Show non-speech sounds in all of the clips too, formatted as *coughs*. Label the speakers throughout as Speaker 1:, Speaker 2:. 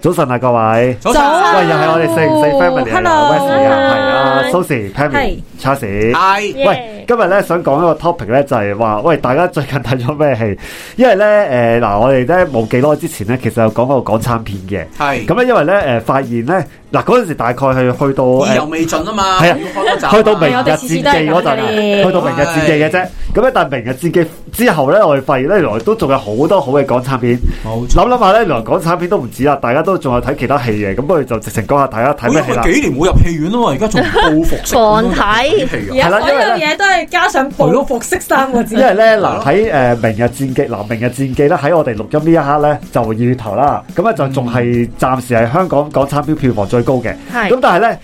Speaker 1: 早晨啊，各位，
Speaker 2: 早
Speaker 3: 早啊
Speaker 1: 喂，又係我哋四零四 family 啊
Speaker 3: Hello
Speaker 1: ，Wesley 啊，係啊
Speaker 3: Hi
Speaker 1: ，Susie、Pammy、Charles。
Speaker 2: 係
Speaker 1: 喂，今日咧想講一個 topic 咧，就係話，喂，大家最近睇咗咩戲？因為咧，誒、嗱，我哋咧冇幾耐之前咧，其實有講過港產片嘅。
Speaker 2: 係
Speaker 1: 咁咧，因為咧，誒、發現咧，嗱，嗰陣時大概係去到誒
Speaker 2: 意猶未盡啊嘛，
Speaker 1: 呃係
Speaker 2: 要
Speaker 1: 啊
Speaker 2: 開多集啊，
Speaker 1: 去到明
Speaker 3: 係
Speaker 1: 日戰
Speaker 3: 我哋次
Speaker 1: 記
Speaker 3: 次都係
Speaker 1: 嗰陣啊，
Speaker 3: 咁嘅咧
Speaker 1: 去到明日戰記嘅啫。咁咧，但係明日戰記之後咧，我哋發現咧，原來都仲有好多好嘅港產片。
Speaker 2: 冇錯
Speaker 1: 諗諗下咧，原來港產片都唔止啦，大家都仲有睇其他戲嘅。咁不如就直情講下大家睇咩戲啦。
Speaker 2: 喂幾年冇入戲院啊嘛，而
Speaker 1: *laughs*
Speaker 2: 家仲報復式
Speaker 4: 狂睇
Speaker 2: 戲
Speaker 3: 而
Speaker 2: 啊，
Speaker 3: 家所有嘢都係加上報復式三個字
Speaker 1: 因。為咧嗱喺誒《明日戰記》嗱《明日戰記》咧喺我哋錄音呢一刻咧就二月頭啦，咁咧就仲係暫時係香港港產片票房最高嘅。
Speaker 4: 係
Speaker 1: 咁但係咧，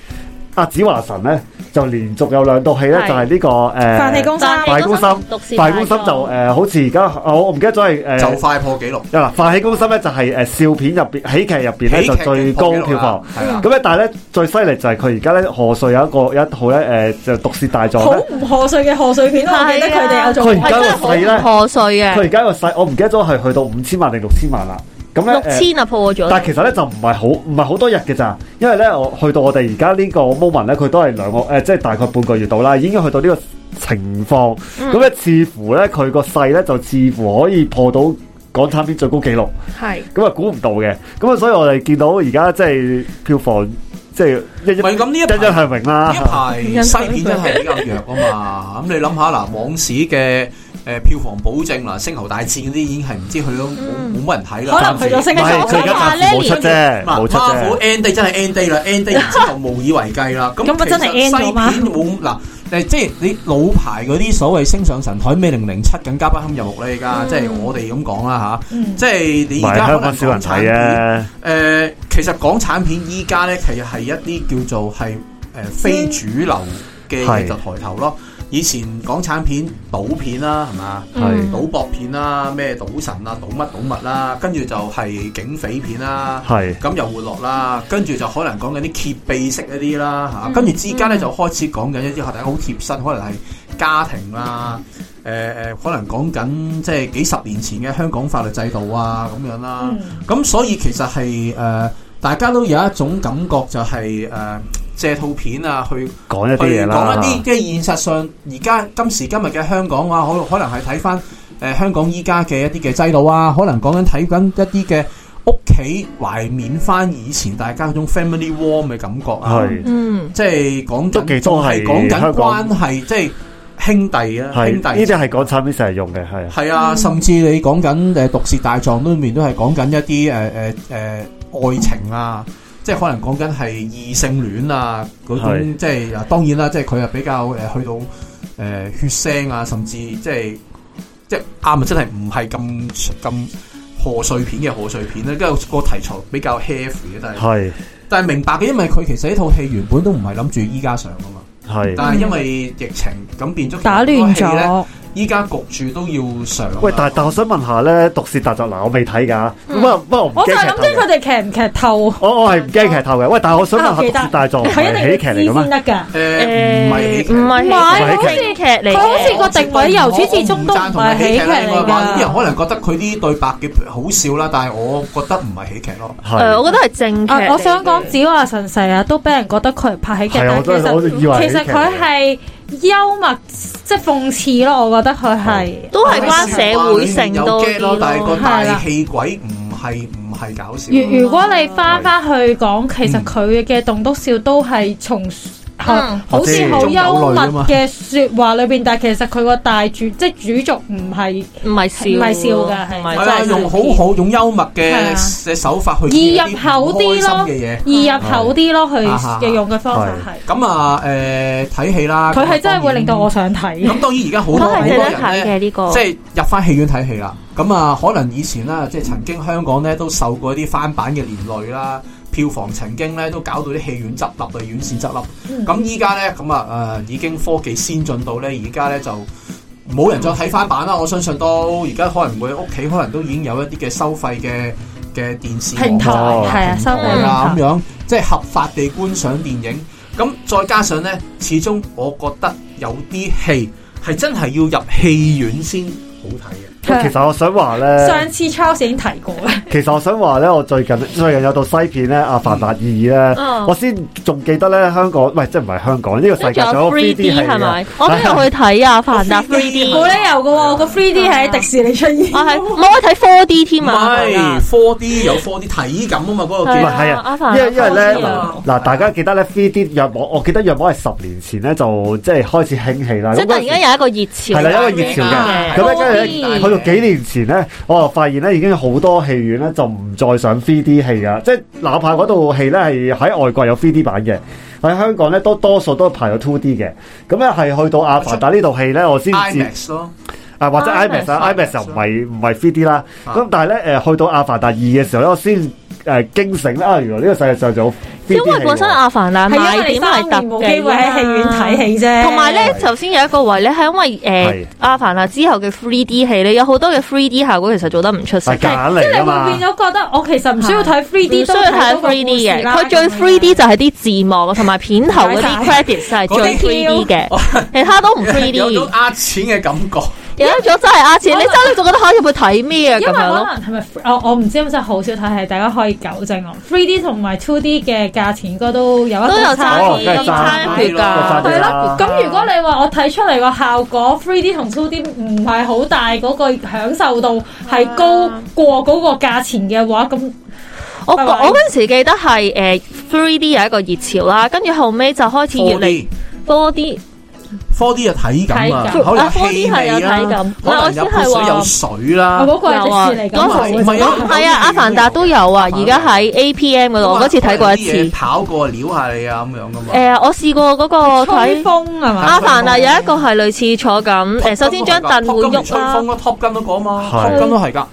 Speaker 1: 阿子華神咧就連續有兩套戲咧
Speaker 4: 係
Speaker 1: 就係呢個誒
Speaker 3: 飯氣攻心，
Speaker 1: 飯氣攻心
Speaker 4: 毒舌
Speaker 1: 大公心就誒好似而家我我唔記得咗係誒。
Speaker 2: 就快破紀錄，
Speaker 1: 嗱，《飯氣攻心》咧就係誒笑片入邊、喜劇入邊咧就最高票房。
Speaker 2: 係啦，
Speaker 1: 咁咧，但係咧最犀利就係佢而家咧賀歲有一個有一套咧誒就《毒舌大狀》
Speaker 3: 好
Speaker 1: 咧，
Speaker 3: 唔賀歲嘅賀歲片，
Speaker 4: 啊
Speaker 3: 我記得佢哋有做過。
Speaker 1: 佢而家個勢咧，
Speaker 4: 破碎
Speaker 1: 佢
Speaker 4: 嘅，
Speaker 1: 而家個勢我唔記得咗係去到五千萬定六千萬啦。咁咧
Speaker 4: 六
Speaker 1: 誒，
Speaker 4: 千啊破咗，
Speaker 1: 但係其實咧就唔係好唔係好多日嘅咋，因為咧我去到我哋而家呢個 moment 咧，佢都係兩個誒，呃即係大概半個月到啦，已經去到呢個情況。
Speaker 4: 嗯
Speaker 1: 咁咧似乎咧佢個勢咧就似乎可以破到港產片最高紀錄。
Speaker 4: 係
Speaker 1: 咁啊估唔到嘅，咁啊所以我哋見到而家即係票房即係一一
Speaker 2: 唔係咁呢一
Speaker 1: 一一向榮
Speaker 2: 呢一
Speaker 1: 啦，
Speaker 2: 排西片真係比較弱啊嘛，咁你諗下嗱，往史嘅誒票房保證嗱，《星球大戰》嗰啲已經係唔知去咗冇冇乜人睇啦，
Speaker 3: 嗯可能去咗
Speaker 2: 暫
Speaker 1: 唔
Speaker 2: 時
Speaker 3: 星球
Speaker 1: 係佢而
Speaker 3: 大戰
Speaker 1: 家
Speaker 3: 啦。
Speaker 1: 暫時冇出啫，冇出
Speaker 2: 馬虎
Speaker 1: 啫，
Speaker 2: end day 真係 end day 啦，end day 然之後無以為繼啦。咁
Speaker 3: 咁咪啊真
Speaker 2: 其
Speaker 3: 係
Speaker 2: 實
Speaker 3: end 咗嘛
Speaker 2: 西片冇嗱誒，即係你老牌嗰啲所謂升上神台咩零零七更加不堪入目咧，而家即係我哋咁講啦吓，
Speaker 3: 嗯
Speaker 2: 即係
Speaker 1: 唔
Speaker 2: 你而
Speaker 1: 係香
Speaker 2: 家可
Speaker 1: 港
Speaker 2: 能
Speaker 1: 少人
Speaker 2: 港產
Speaker 1: 睇啊
Speaker 2: 片
Speaker 1: 嘅，
Speaker 2: 誒，其實港產片依家咧其實係一啲叫做係誒
Speaker 3: 嗯
Speaker 2: 非主流嘅
Speaker 1: 係
Speaker 2: 嘢就抬頭咯。以前港產片賭片啦，係嘛？
Speaker 3: 嗯
Speaker 1: 係
Speaker 2: 賭博片啦，咩賭神啊，賭乜賭物啦，跟住就係警匪片啦。
Speaker 1: 係
Speaker 2: 咁又活絡啦，跟住就可能講緊啲揭秘式嗰啲啦嚇，跟住之間咧就開始講緊一啲大家好貼身，可能係家庭啦，誒、呃、誒，可能講緊即係幾十年前嘅香港法律制度啊咁樣
Speaker 3: 嗯
Speaker 2: 啦，
Speaker 1: 嗯
Speaker 2: 咁、所以其實係誒、呃大家都有一種感覺就係、呃借套片啊去。
Speaker 1: 講一啲
Speaker 2: 去
Speaker 1: 嘢
Speaker 2: 講
Speaker 1: 啦，
Speaker 2: 一啲即係現實上，而家今時今日嘅香港啊，可可能係睇翻誒香港依家嘅一啲嘅制度啊，可能講緊睇緊一啲嘅屋企懷緬翻以前大家嗰種 family warm 嘅感覺啊，
Speaker 1: 係
Speaker 4: 嗯
Speaker 2: 即係講
Speaker 1: 都
Speaker 2: 緊
Speaker 1: 幾多係
Speaker 2: 係講緊
Speaker 1: 香港
Speaker 2: 關係，即係兄弟啊，
Speaker 1: 係
Speaker 2: 兄
Speaker 1: 呢
Speaker 2: 弟
Speaker 1: 啲係港產片成日用嘅，係
Speaker 2: 係啊，甚至你講緊誒毒舌大狀裏面都係講緊一啲誒誒誒愛情啊，即係可能講緊係異性戀啊嗰
Speaker 1: 係
Speaker 2: 種，即係啊當然啦，即係佢係比較誒去到誒、呃血腥啊，甚至即係即係啱啊，真係唔係咁咁賀歲片嘅賀歲片咧，跟住個題材比較 heavy 嘅，但係
Speaker 1: 係
Speaker 2: 但係明白嘅，因為佢其實呢套戲原本都唔係諗住依家上噶嘛，
Speaker 1: 係。
Speaker 2: 但係因為疫情咁變咗
Speaker 3: 打亂
Speaker 2: 其實好多戲呢，
Speaker 3: 咗，
Speaker 2: 依家焗住都要上啊。
Speaker 1: 喂，但但我想問下咧，《毒舌大作》嗱，我未睇㗎，
Speaker 2: 嗯
Speaker 1: 咁啊，不過我唔
Speaker 3: 我
Speaker 1: 驚
Speaker 3: 就係
Speaker 1: 劇
Speaker 3: 諗
Speaker 1: 透
Speaker 3: 緊
Speaker 1: 嘅。
Speaker 3: 佢哋劇唔劇透，
Speaker 1: 我我係唔驚劇透嘅。喂，但係我想問下，
Speaker 3: 啊我
Speaker 1: 《
Speaker 3: 記得
Speaker 1: 毒舌大作》
Speaker 3: 佢一定
Speaker 1: 係
Speaker 3: 要
Speaker 1: 喜劇嚟
Speaker 3: 知
Speaker 1: 嘅咩
Speaker 3: 先？得㗎。
Speaker 2: 誒，唔係喜劇
Speaker 4: 唔係
Speaker 3: 唔係
Speaker 4: 好
Speaker 1: 好
Speaker 4: 似
Speaker 1: 似
Speaker 4: 劇嚟
Speaker 3: 佢好似
Speaker 4: 嘅，
Speaker 3: 個定位由始至終都唔係喜劇嚟
Speaker 2: 我唔贊同係喜劇啦應該話啲人
Speaker 3: 㗎。
Speaker 2: 可能覺得佢啲對白嘅好笑啦，但係我覺得唔係喜劇咯。
Speaker 4: 誒，
Speaker 1: 係
Speaker 4: 我覺得係正劇嚟
Speaker 3: 啊
Speaker 4: 嘅。
Speaker 3: 我想講《子華神世》啊，都俾人覺得佢係拍喜劇，
Speaker 1: 係啊，
Speaker 3: 但
Speaker 1: 我
Speaker 3: 其
Speaker 1: 都我都
Speaker 3: 實
Speaker 1: 以為係
Speaker 3: 其
Speaker 1: 喜
Speaker 3: 實
Speaker 1: 劇
Speaker 3: 佢
Speaker 1: 嚟嘅
Speaker 3: 係幽默，即係諷刺咯。我覺得佢係
Speaker 4: 都係關社會性多
Speaker 2: 有
Speaker 4: 啲
Speaker 2: get
Speaker 4: 咯
Speaker 2: 但係個
Speaker 3: 係
Speaker 2: 大
Speaker 3: 啦
Speaker 2: 氣鬼唔係唔係搞笑。
Speaker 3: 如如果你翻翻去講，其
Speaker 1: 嗯
Speaker 3: 實佢嘅棟篤笑都係從啊
Speaker 4: 嗯
Speaker 2: 啊
Speaker 3: 好似好幽
Speaker 4: 啊
Speaker 3: 默嘅説話裏邊，但係其實佢個大主即係主軸唔係
Speaker 4: 唔係笑，
Speaker 3: 唔係笑㗎係
Speaker 2: 係
Speaker 4: 唔係
Speaker 2: 啊，
Speaker 4: 真係
Speaker 2: 用好好用幽默嘅
Speaker 3: 係啊
Speaker 2: 嘅手法去
Speaker 3: 易入
Speaker 2: 做一啲唔
Speaker 3: 口啲
Speaker 2: 開
Speaker 3: 咯
Speaker 2: 心嘅嘢。
Speaker 3: 易入口啲
Speaker 4: 嗯
Speaker 3: 咯，佢
Speaker 2: 啊
Speaker 3: 嘅用嘅方法係
Speaker 2: 咁啊誒睇戲啦，
Speaker 3: 佢係真係會令到我
Speaker 2: 咁
Speaker 3: 想睇。
Speaker 4: 啊
Speaker 3: *laughs*
Speaker 2: 當然而家好多
Speaker 4: 都
Speaker 2: 好
Speaker 4: 係
Speaker 2: 多
Speaker 4: 值得
Speaker 2: 人咧。
Speaker 4: 睇嘅呢個，
Speaker 2: 即係入翻戲院睇戲啦。咁啊，可能以前啦，即係曾經香港咧都受過一啲翻版嘅連累啦，票房曾經咧都搞到啲戲院執笠啊，院線執笠。咁依家咧咁啊誒，已經科技先進到咧，而家咧就。冇人再睇翻版啦，我相信都而家可能會屋企可能都已經有一啲嘅收費嘅嘅電視
Speaker 3: 平台
Speaker 1: 哦
Speaker 3: 係
Speaker 4: 嗯
Speaker 3: 啊，收
Speaker 2: 係
Speaker 3: 費
Speaker 2: 啊
Speaker 3: 平
Speaker 2: 咁樣，即係合法地觀賞電影。咁再加上呢，始終我覺得有啲戲係真係要入戲院先好睇嘅。
Speaker 3: 台
Speaker 1: 啊，其實我想話咧，
Speaker 4: 嗯
Speaker 3: 上次 Charles 已經提過啦，
Speaker 4: *laughs*
Speaker 1: 其實我想話咧，我最近最近有套西片咧，《阿凡達二》咧，
Speaker 4: 嗯
Speaker 1: 我先仲記得咧，香港喂，即係唔係香港呢個世界仲有 3D 戲
Speaker 4: 係
Speaker 1: 啊
Speaker 4: 咪？我都有去睇啊，凡達 3D，
Speaker 3: 冇理由噶喎，
Speaker 4: 嗯
Speaker 3: 我個 3D 係喺迪士尼出現。
Speaker 4: 我係冇我睇 4D
Speaker 2: 唔
Speaker 4: 添啊，
Speaker 2: 係 four D 有 four D 體感啊嘛，嗰個
Speaker 1: 唔
Speaker 4: 係
Speaker 2: 叫
Speaker 4: 啊
Speaker 1: 係啊
Speaker 4: 阿，凡
Speaker 1: 因
Speaker 4: 達
Speaker 1: 為因為咧
Speaker 4: 3D
Speaker 1: 嗱
Speaker 2: 啊
Speaker 1: 嗱，大家記得咧，3D 若網，我記得若網係十年前咧就即係開始興起啦。
Speaker 4: 即係
Speaker 1: 咁嗰
Speaker 4: 突然
Speaker 1: 陣
Speaker 4: 間有一個熱潮，
Speaker 1: 係啦，一個熱潮嘅，咁咧跟住咧，去到幾年前咧，我就發現咧已經有好多戲院咧就唔再上 3D 戲噶，即係哪怕嗰套戲咧係喺外國有 3D 版嘅，喺香港咧都多數都係排咗 2D 嘅，咁咧係去到《阿凡達》呢套戲咧，我先至
Speaker 2: IMAX 咯，
Speaker 1: 啊或者
Speaker 4: IMAX
Speaker 1: IMAX 啊 IMAX 就唔係唔係 3D 啦，
Speaker 2: 啊
Speaker 1: 咁但係咧誒去到《阿凡達二》嘅時候咧，我先誒驚醒啦，啊原來呢個世界上仲有 3D
Speaker 4: 因為本身
Speaker 1: 戲喎
Speaker 4: 阿凡達
Speaker 3: 係因為
Speaker 4: 賣
Speaker 3: 你
Speaker 4: 點係
Speaker 3: 三年
Speaker 4: 特啊
Speaker 3: 冇機會喺戲院睇。戲啫，
Speaker 4: 同埋咧，頭先有一個位咧，係因為
Speaker 1: 係
Speaker 4: 誒阿凡達之後嘅 3D 戲咧，有好多嘅 3D 效果其實做得唔出色
Speaker 1: 係。假
Speaker 3: 即係
Speaker 1: 嚟
Speaker 3: 你
Speaker 1: 啊
Speaker 3: 會
Speaker 1: 嘛
Speaker 3: 變。咗覺得我其實唔需要睇 3D
Speaker 4: 唔需
Speaker 3: 都
Speaker 4: 要
Speaker 3: 睇
Speaker 4: 睇
Speaker 3: 到個故
Speaker 4: 3D
Speaker 3: 事
Speaker 4: 嘅，
Speaker 3: 啦
Speaker 4: 佢最 3D 就係啲字幕同埋片頭嗰啲
Speaker 3: 解
Speaker 4: credits 係最 3D
Speaker 1: 哦
Speaker 4: 嘅，其他都唔
Speaker 1: *laughs*
Speaker 4: 3D。
Speaker 2: 有種呃錢嘅感覺。
Speaker 4: 有一種真係呃錢，你真係仲覺得嚇入去睇咩啊
Speaker 3: 因
Speaker 4: 咁
Speaker 3: 為可
Speaker 4: 樣咯？
Speaker 3: 能係咪哦我我唔知，真係好少睇戲，大家可以糾正我。3D 同埋 2D 嘅價錢應該都有一
Speaker 4: 都有
Speaker 3: 個
Speaker 4: 差
Speaker 3: 差
Speaker 1: 哦
Speaker 4: 異
Speaker 1: 梗係
Speaker 4: 咁差別
Speaker 1: 差
Speaker 4: 㗎。
Speaker 1: 別
Speaker 3: 哦係
Speaker 1: 啦
Speaker 3: 咯，咁如果你話我睇出嚟個效果，3D 同 2D 唔係好大嗰個享受度
Speaker 4: 啊
Speaker 3: 係高過嗰個價錢嘅話，咁
Speaker 4: 我
Speaker 3: 拜
Speaker 4: 我
Speaker 3: 拜
Speaker 4: 嗰陣時記得係誒 3D 有一個熱潮啦，跟住後尾就開始越
Speaker 2: four
Speaker 4: 嚟
Speaker 2: D
Speaker 4: 4D
Speaker 2: four D 嘅體感啊，
Speaker 4: 體感
Speaker 2: 可能
Speaker 4: 啊，4D
Speaker 2: 氣
Speaker 4: 係
Speaker 2: 味
Speaker 4: 有
Speaker 2: 啊
Speaker 4: 體感
Speaker 2: 可能有
Speaker 4: 嗱我
Speaker 2: 潑
Speaker 4: 只
Speaker 2: 水有水啦
Speaker 3: 我。嗰個係
Speaker 4: 有啊，
Speaker 3: 迪士尼咁
Speaker 4: 嗰
Speaker 2: 唔
Speaker 4: 陣時
Speaker 2: 係啊
Speaker 4: 係啊，阿凡達都有啊，而家喺 APM 嗰度，我嗰次睇過一
Speaker 2: 啲嘢
Speaker 4: 次。
Speaker 2: 跑過撩下你啊咁樣噶嘛。
Speaker 4: 誒，我試過嗰個
Speaker 3: 吹
Speaker 4: 睇
Speaker 3: 風啊係嘛？
Speaker 4: 阿凡達有一個係類似坐咁，誒，首先張凳會喐
Speaker 2: 啊吹
Speaker 4: 啦
Speaker 2: 風。啊咯，Top Gun 都講嘛
Speaker 1: 係
Speaker 2: ，Top Gun 都係㗎。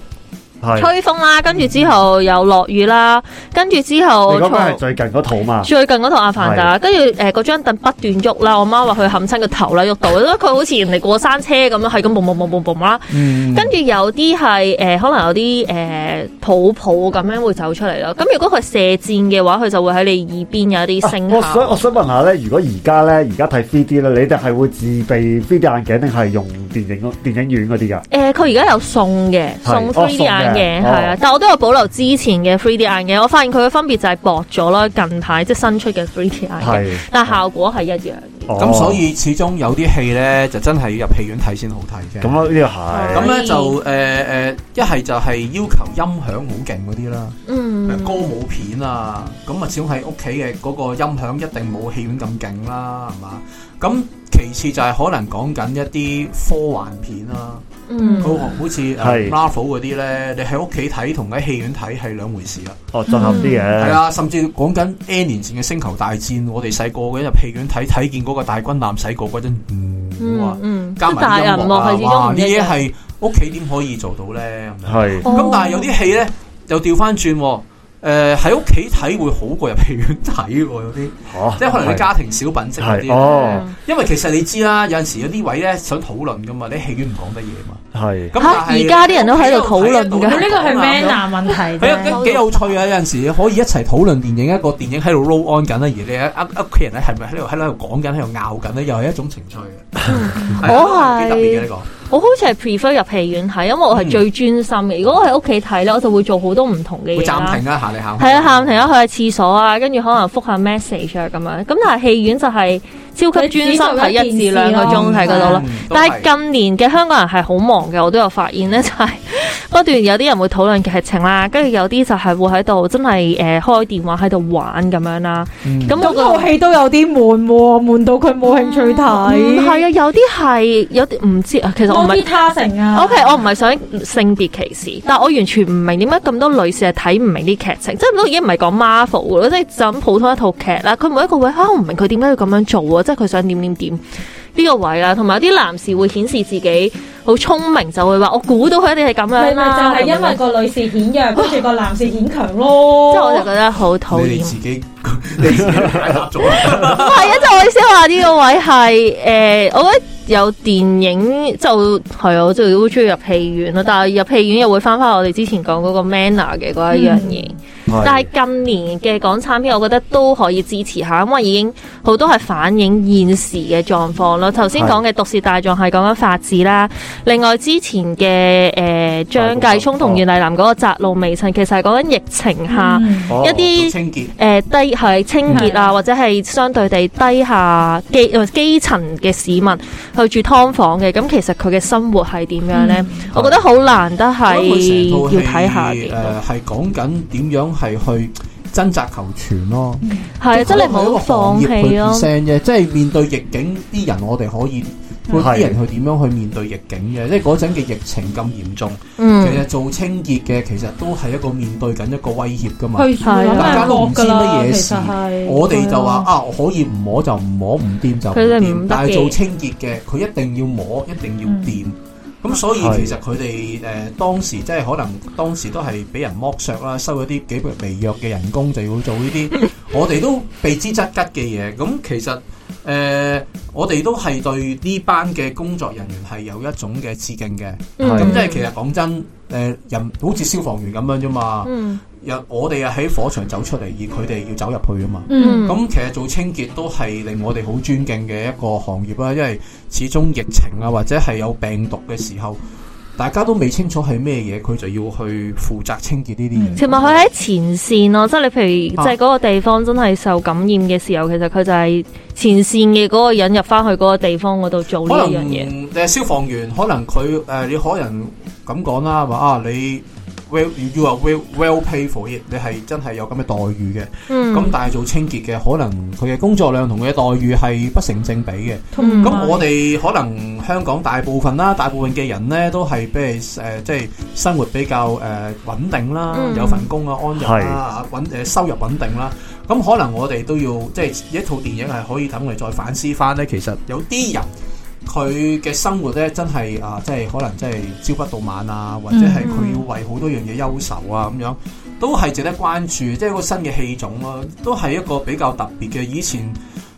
Speaker 1: 係
Speaker 4: 吹風啦，跟住之後又落雨啦，跟住之後
Speaker 1: 你嗰個係啊
Speaker 4: 從
Speaker 1: 最近嗰套嘛？
Speaker 4: 最近嗰套《阿凡達》，跟住誒嗰張凳不斷喐啦，我媽話佢冚親個頭啦，喐到，因為佢好似人哋過山車咁樣，係咁嘣嘣嘣嘣嘣啦。
Speaker 2: 嗯
Speaker 4: 跟住有啲係誒，可能有啲誒、呃泡泡咁樣會走出嚟咯。咁如果佢射箭嘅話，佢就會喺你耳邊有啲聲
Speaker 1: 啊我
Speaker 4: 效。
Speaker 1: 想我想問下咧，如果而家咧而家睇 3D 咧，你哋係會自備 3D 眼鏡定係用電影電影院嗰啲噶？
Speaker 4: 誒佢而家有送嘅，
Speaker 1: 係
Speaker 4: 送
Speaker 1: 哦
Speaker 4: 3D
Speaker 1: 送嘅
Speaker 4: 眼鏡係啊
Speaker 1: 哦，
Speaker 4: 但我都有保留之前嘅 3D 眼鏡。我發現佢嘅分別就係薄咗啦，近排即係新出嘅 3D 眼鏡，
Speaker 1: 係
Speaker 4: 但效果係一樣嘅。
Speaker 2: 咁所
Speaker 1: 哦
Speaker 2: 以始終有啲戲咧，就真係要入戲院睇先好睇啫。
Speaker 1: 咁咯，呢個係
Speaker 2: 咁啊
Speaker 4: 咁
Speaker 2: 咧就誒誒，一係就係要求音響好勁嗰啲啦，
Speaker 4: 嗯，
Speaker 2: 歌舞片啊，咁啊始終喺屋企嘅嗰個音響一定冇戲院咁勁啦，係嘛？咁其次就係可能講緊一啲科幻片啦，
Speaker 4: 嗯
Speaker 2: 好好似誒
Speaker 1: 係
Speaker 2: Marvel 嗰啲咧，你喺屋企睇同喺戲院睇係兩回事啊啦。
Speaker 1: 哦震撼啲
Speaker 2: 係
Speaker 1: 嘅，
Speaker 2: 啊，甚至講緊 N 年前嘅星球大戰，我哋細個嗰陣入戲院睇睇見嗰個大軍艦駛過嗰陣，嗯，哇
Speaker 4: 嗯嗯，
Speaker 2: 加埋
Speaker 4: 大
Speaker 2: 啲音
Speaker 4: 人幕
Speaker 2: 樂啊
Speaker 4: 係始
Speaker 2: 哇
Speaker 4: 終唔
Speaker 2: 呢
Speaker 4: 一
Speaker 2: 啲嘢
Speaker 4: 樣。
Speaker 2: 係屋企點可以做到咧？咁樣
Speaker 1: 係
Speaker 4: 哦
Speaker 2: 咁但係有啲戲咧又調翻轉喎，誒喺屋企睇會好過入戲院睇喎，有
Speaker 4: *laughs*
Speaker 2: 啲
Speaker 1: 嚇，
Speaker 2: 啊即係可能你家庭小品式嗰
Speaker 1: 哦係
Speaker 2: 啲，
Speaker 1: 哦
Speaker 2: 因為其實你知啦，有陣時有啲位咧想討論噶嘛，你喺戲院唔講得嘢嘛。
Speaker 1: 係
Speaker 2: 咁
Speaker 4: 嚇
Speaker 2: 但係
Speaker 4: 而家啲人都喺度討論㗎
Speaker 2: 喺度
Speaker 3: 咁呢個係
Speaker 2: 講啊咁
Speaker 3: manner 問題
Speaker 2: 係啊，幾
Speaker 3: 啫。
Speaker 2: 幾有趣啊！有陣時可以一齊討論電影，一個電影喺度 roll on 緊啊啦，而你一屋屋企人咧係咪喺度喺度講緊，喺度拗緊咧，又係一種情趣嘅。係啊
Speaker 4: 我係
Speaker 2: 幾特別嘅呢個。
Speaker 4: 我好似係 prefer 入戲院睇，因為我
Speaker 2: 嗯
Speaker 4: 係最專心嘅。如果我喺屋企睇咧，我就會做好多唔同嘅
Speaker 2: 會
Speaker 4: 嘢啦
Speaker 2: 暫停啊，行嚟行去。
Speaker 4: 係啊，喊停啊，去下廁所啊，跟住可能覆下 message 啊咁樣。咁但係戲院就係超級專心睇一至兩個鐘喺嗰度咯。
Speaker 2: 嗯
Speaker 4: 但
Speaker 2: 都係
Speaker 4: 係近年嘅香港人係好忙嘅，我都有發現咧，就係、不斷有啲人會討論劇情啦，跟住有啲就係會喺度真係誒、呃、開電話喺度玩咁樣啦。
Speaker 2: 嗯
Speaker 4: 咁、
Speaker 3: 咁
Speaker 4: 我
Speaker 3: 套
Speaker 4: 個
Speaker 3: 戲都有啲悶喎，悶到佢冇興趣
Speaker 4: 唔係
Speaker 3: 睇。
Speaker 4: 啊，有啲係有啲唔知啊，其實我唔係
Speaker 3: 啲。他成啊
Speaker 4: O、k 我唔係想性別歧視，但我完全唔明點解咁多女士係睇唔明啲劇情，即係都已經唔係講 Marvel 嘅咯，即係就咁普通一套劇啦。佢每一個位，啊，我唔明佢點解要咁樣做啊，即係佢想點點點呢個位啦，同埋有啲男士會顯示自己好聰明，就會話我估到佢一定係咁樣
Speaker 3: 你
Speaker 4: 啦。
Speaker 3: 咪就係因為
Speaker 4: 咁樣
Speaker 3: 個女士顯 *laughs* 弱，跟住個男士顯強咯。
Speaker 4: 即係我就覺得好討
Speaker 2: 你哋
Speaker 4: 厭。
Speaker 2: 自己， *laughs* 你自己解答
Speaker 4: *laughs*
Speaker 2: 咗啦。
Speaker 4: 唔係啊，就我意思話呢個位係誒、我覺得有電影就係啊我就好中意入戲院咯，但係入戲院又會翻翻我哋之前講嗰個 manner 嘅嗰一樣嘢。
Speaker 2: 係
Speaker 4: 嗯但係近年嘅港產片，我覺得都可以支持下，因為已經好多係反映現時嘅狀況咯。頭先講嘅《毒舌大狀》係講緊法治啦，另外之前嘅誒張繼聰同袁麗南嗰個《窄路微塵》，其實係講緊疫情
Speaker 3: 嗯
Speaker 4: 下
Speaker 2: 嗯
Speaker 1: 哦
Speaker 4: 一啲。
Speaker 2: 清潔
Speaker 4: 誒、低係清潔
Speaker 2: 哦
Speaker 4: 啊，
Speaker 3: 嗯
Speaker 4: 或者係相對地低下基呃基層嘅市民去住劏房嘅，咁其實佢嘅生活係點樣呢？我覺得好難得
Speaker 2: 嗯我
Speaker 4: 係要
Speaker 2: 諗佢成套戲
Speaker 4: 睇下
Speaker 2: 誒
Speaker 4: 嘅，
Speaker 2: 係講緊點樣係去掙扎求全咯。
Speaker 4: 係即係你唔好啊放棄咯。
Speaker 2: 聲啫，即係面對逆境啲人，我哋可以。
Speaker 4: 嗯
Speaker 2: 會啲人去點樣去面對逆境嘅？即係嗰陣嘅疫情咁嚴重，
Speaker 4: 嗯
Speaker 2: 其，實做清潔嘅其實都係一個面對緊一個威脅噶嘛。
Speaker 3: 去
Speaker 4: 係啊
Speaker 2: 大家都唔知
Speaker 3: 噶
Speaker 2: 乜
Speaker 3: 啦，
Speaker 2: 嘢
Speaker 3: 其
Speaker 2: 事
Speaker 3: 實係，
Speaker 2: 我哋就話
Speaker 3: 係啊
Speaker 2: 啊，我可以唔摸就唔摸，唔掂就唔
Speaker 4: 嗯佢哋
Speaker 2: 掂。
Speaker 4: 唔得嘅嗯
Speaker 2: 但係做清潔嘅，佢一定要摸，一定要掂。咁、所以
Speaker 1: 係
Speaker 2: 其實佢哋誒當時即係可能當時都係俾人剝削啦，收咗啲幾微弱嘅人工就要做呢
Speaker 4: *laughs*
Speaker 2: 啲，我哋都避之則吉嘅嘢。咁其實誒、呃我哋都係對呢班嘅工作人員係有一種嘅致敬嘅。
Speaker 4: 嗯
Speaker 2: 咁即係其實講真，誒、人好似消防員咁樣啫嘛。
Speaker 4: 嗯
Speaker 2: 又我哋又啊喺火場走出嚟，而佢哋要走入去啊嘛。
Speaker 3: 嗯，
Speaker 2: 咁其實做清潔都係令我哋好尊敬嘅一個行業啦，啊因為始終疫情啊或者係有病毒嘅時候，大家都未清楚係咩嘢，佢就要去負責清潔呢啲嘢。
Speaker 4: 同埋嗯佢喺前線咯，即係你譬如即係嗰個地方真係受感染嘅時候，其實佢就係前線嘅嗰個人入翻去嗰個地方嗰度做
Speaker 2: 可
Speaker 4: 呢一樣
Speaker 2: 能
Speaker 4: 嘢。
Speaker 2: 誒消防員，可能佢誒、呃你可能咁講啦，話啊你 well you are well well paid for it，你係真係有咁嘅待遇嘅。
Speaker 4: 嗯，
Speaker 2: 咁、但係做清潔嘅，可能佢嘅工作量同佢嘅待遇係不成正比嘅。
Speaker 3: 同埋
Speaker 2: 咁我哋可能香港大部分啦，大部分嘅人咧都係譬如誒，即係生活比較誒穩定啦，
Speaker 4: 嗯
Speaker 2: 有份工啊，安逸啦，穩誒收入穩定啦。咁可能我哋都要即係一套電影係可以等我哋再反思翻咧。其實有啲人佢嘅生活咧真係啊，即係可能真係朝不到晚啊，或者係佢要為好多樣嘢憂愁啊咁樣，都係值得關注。即係一個新嘅戲種咯，都係一個比較特別嘅。以前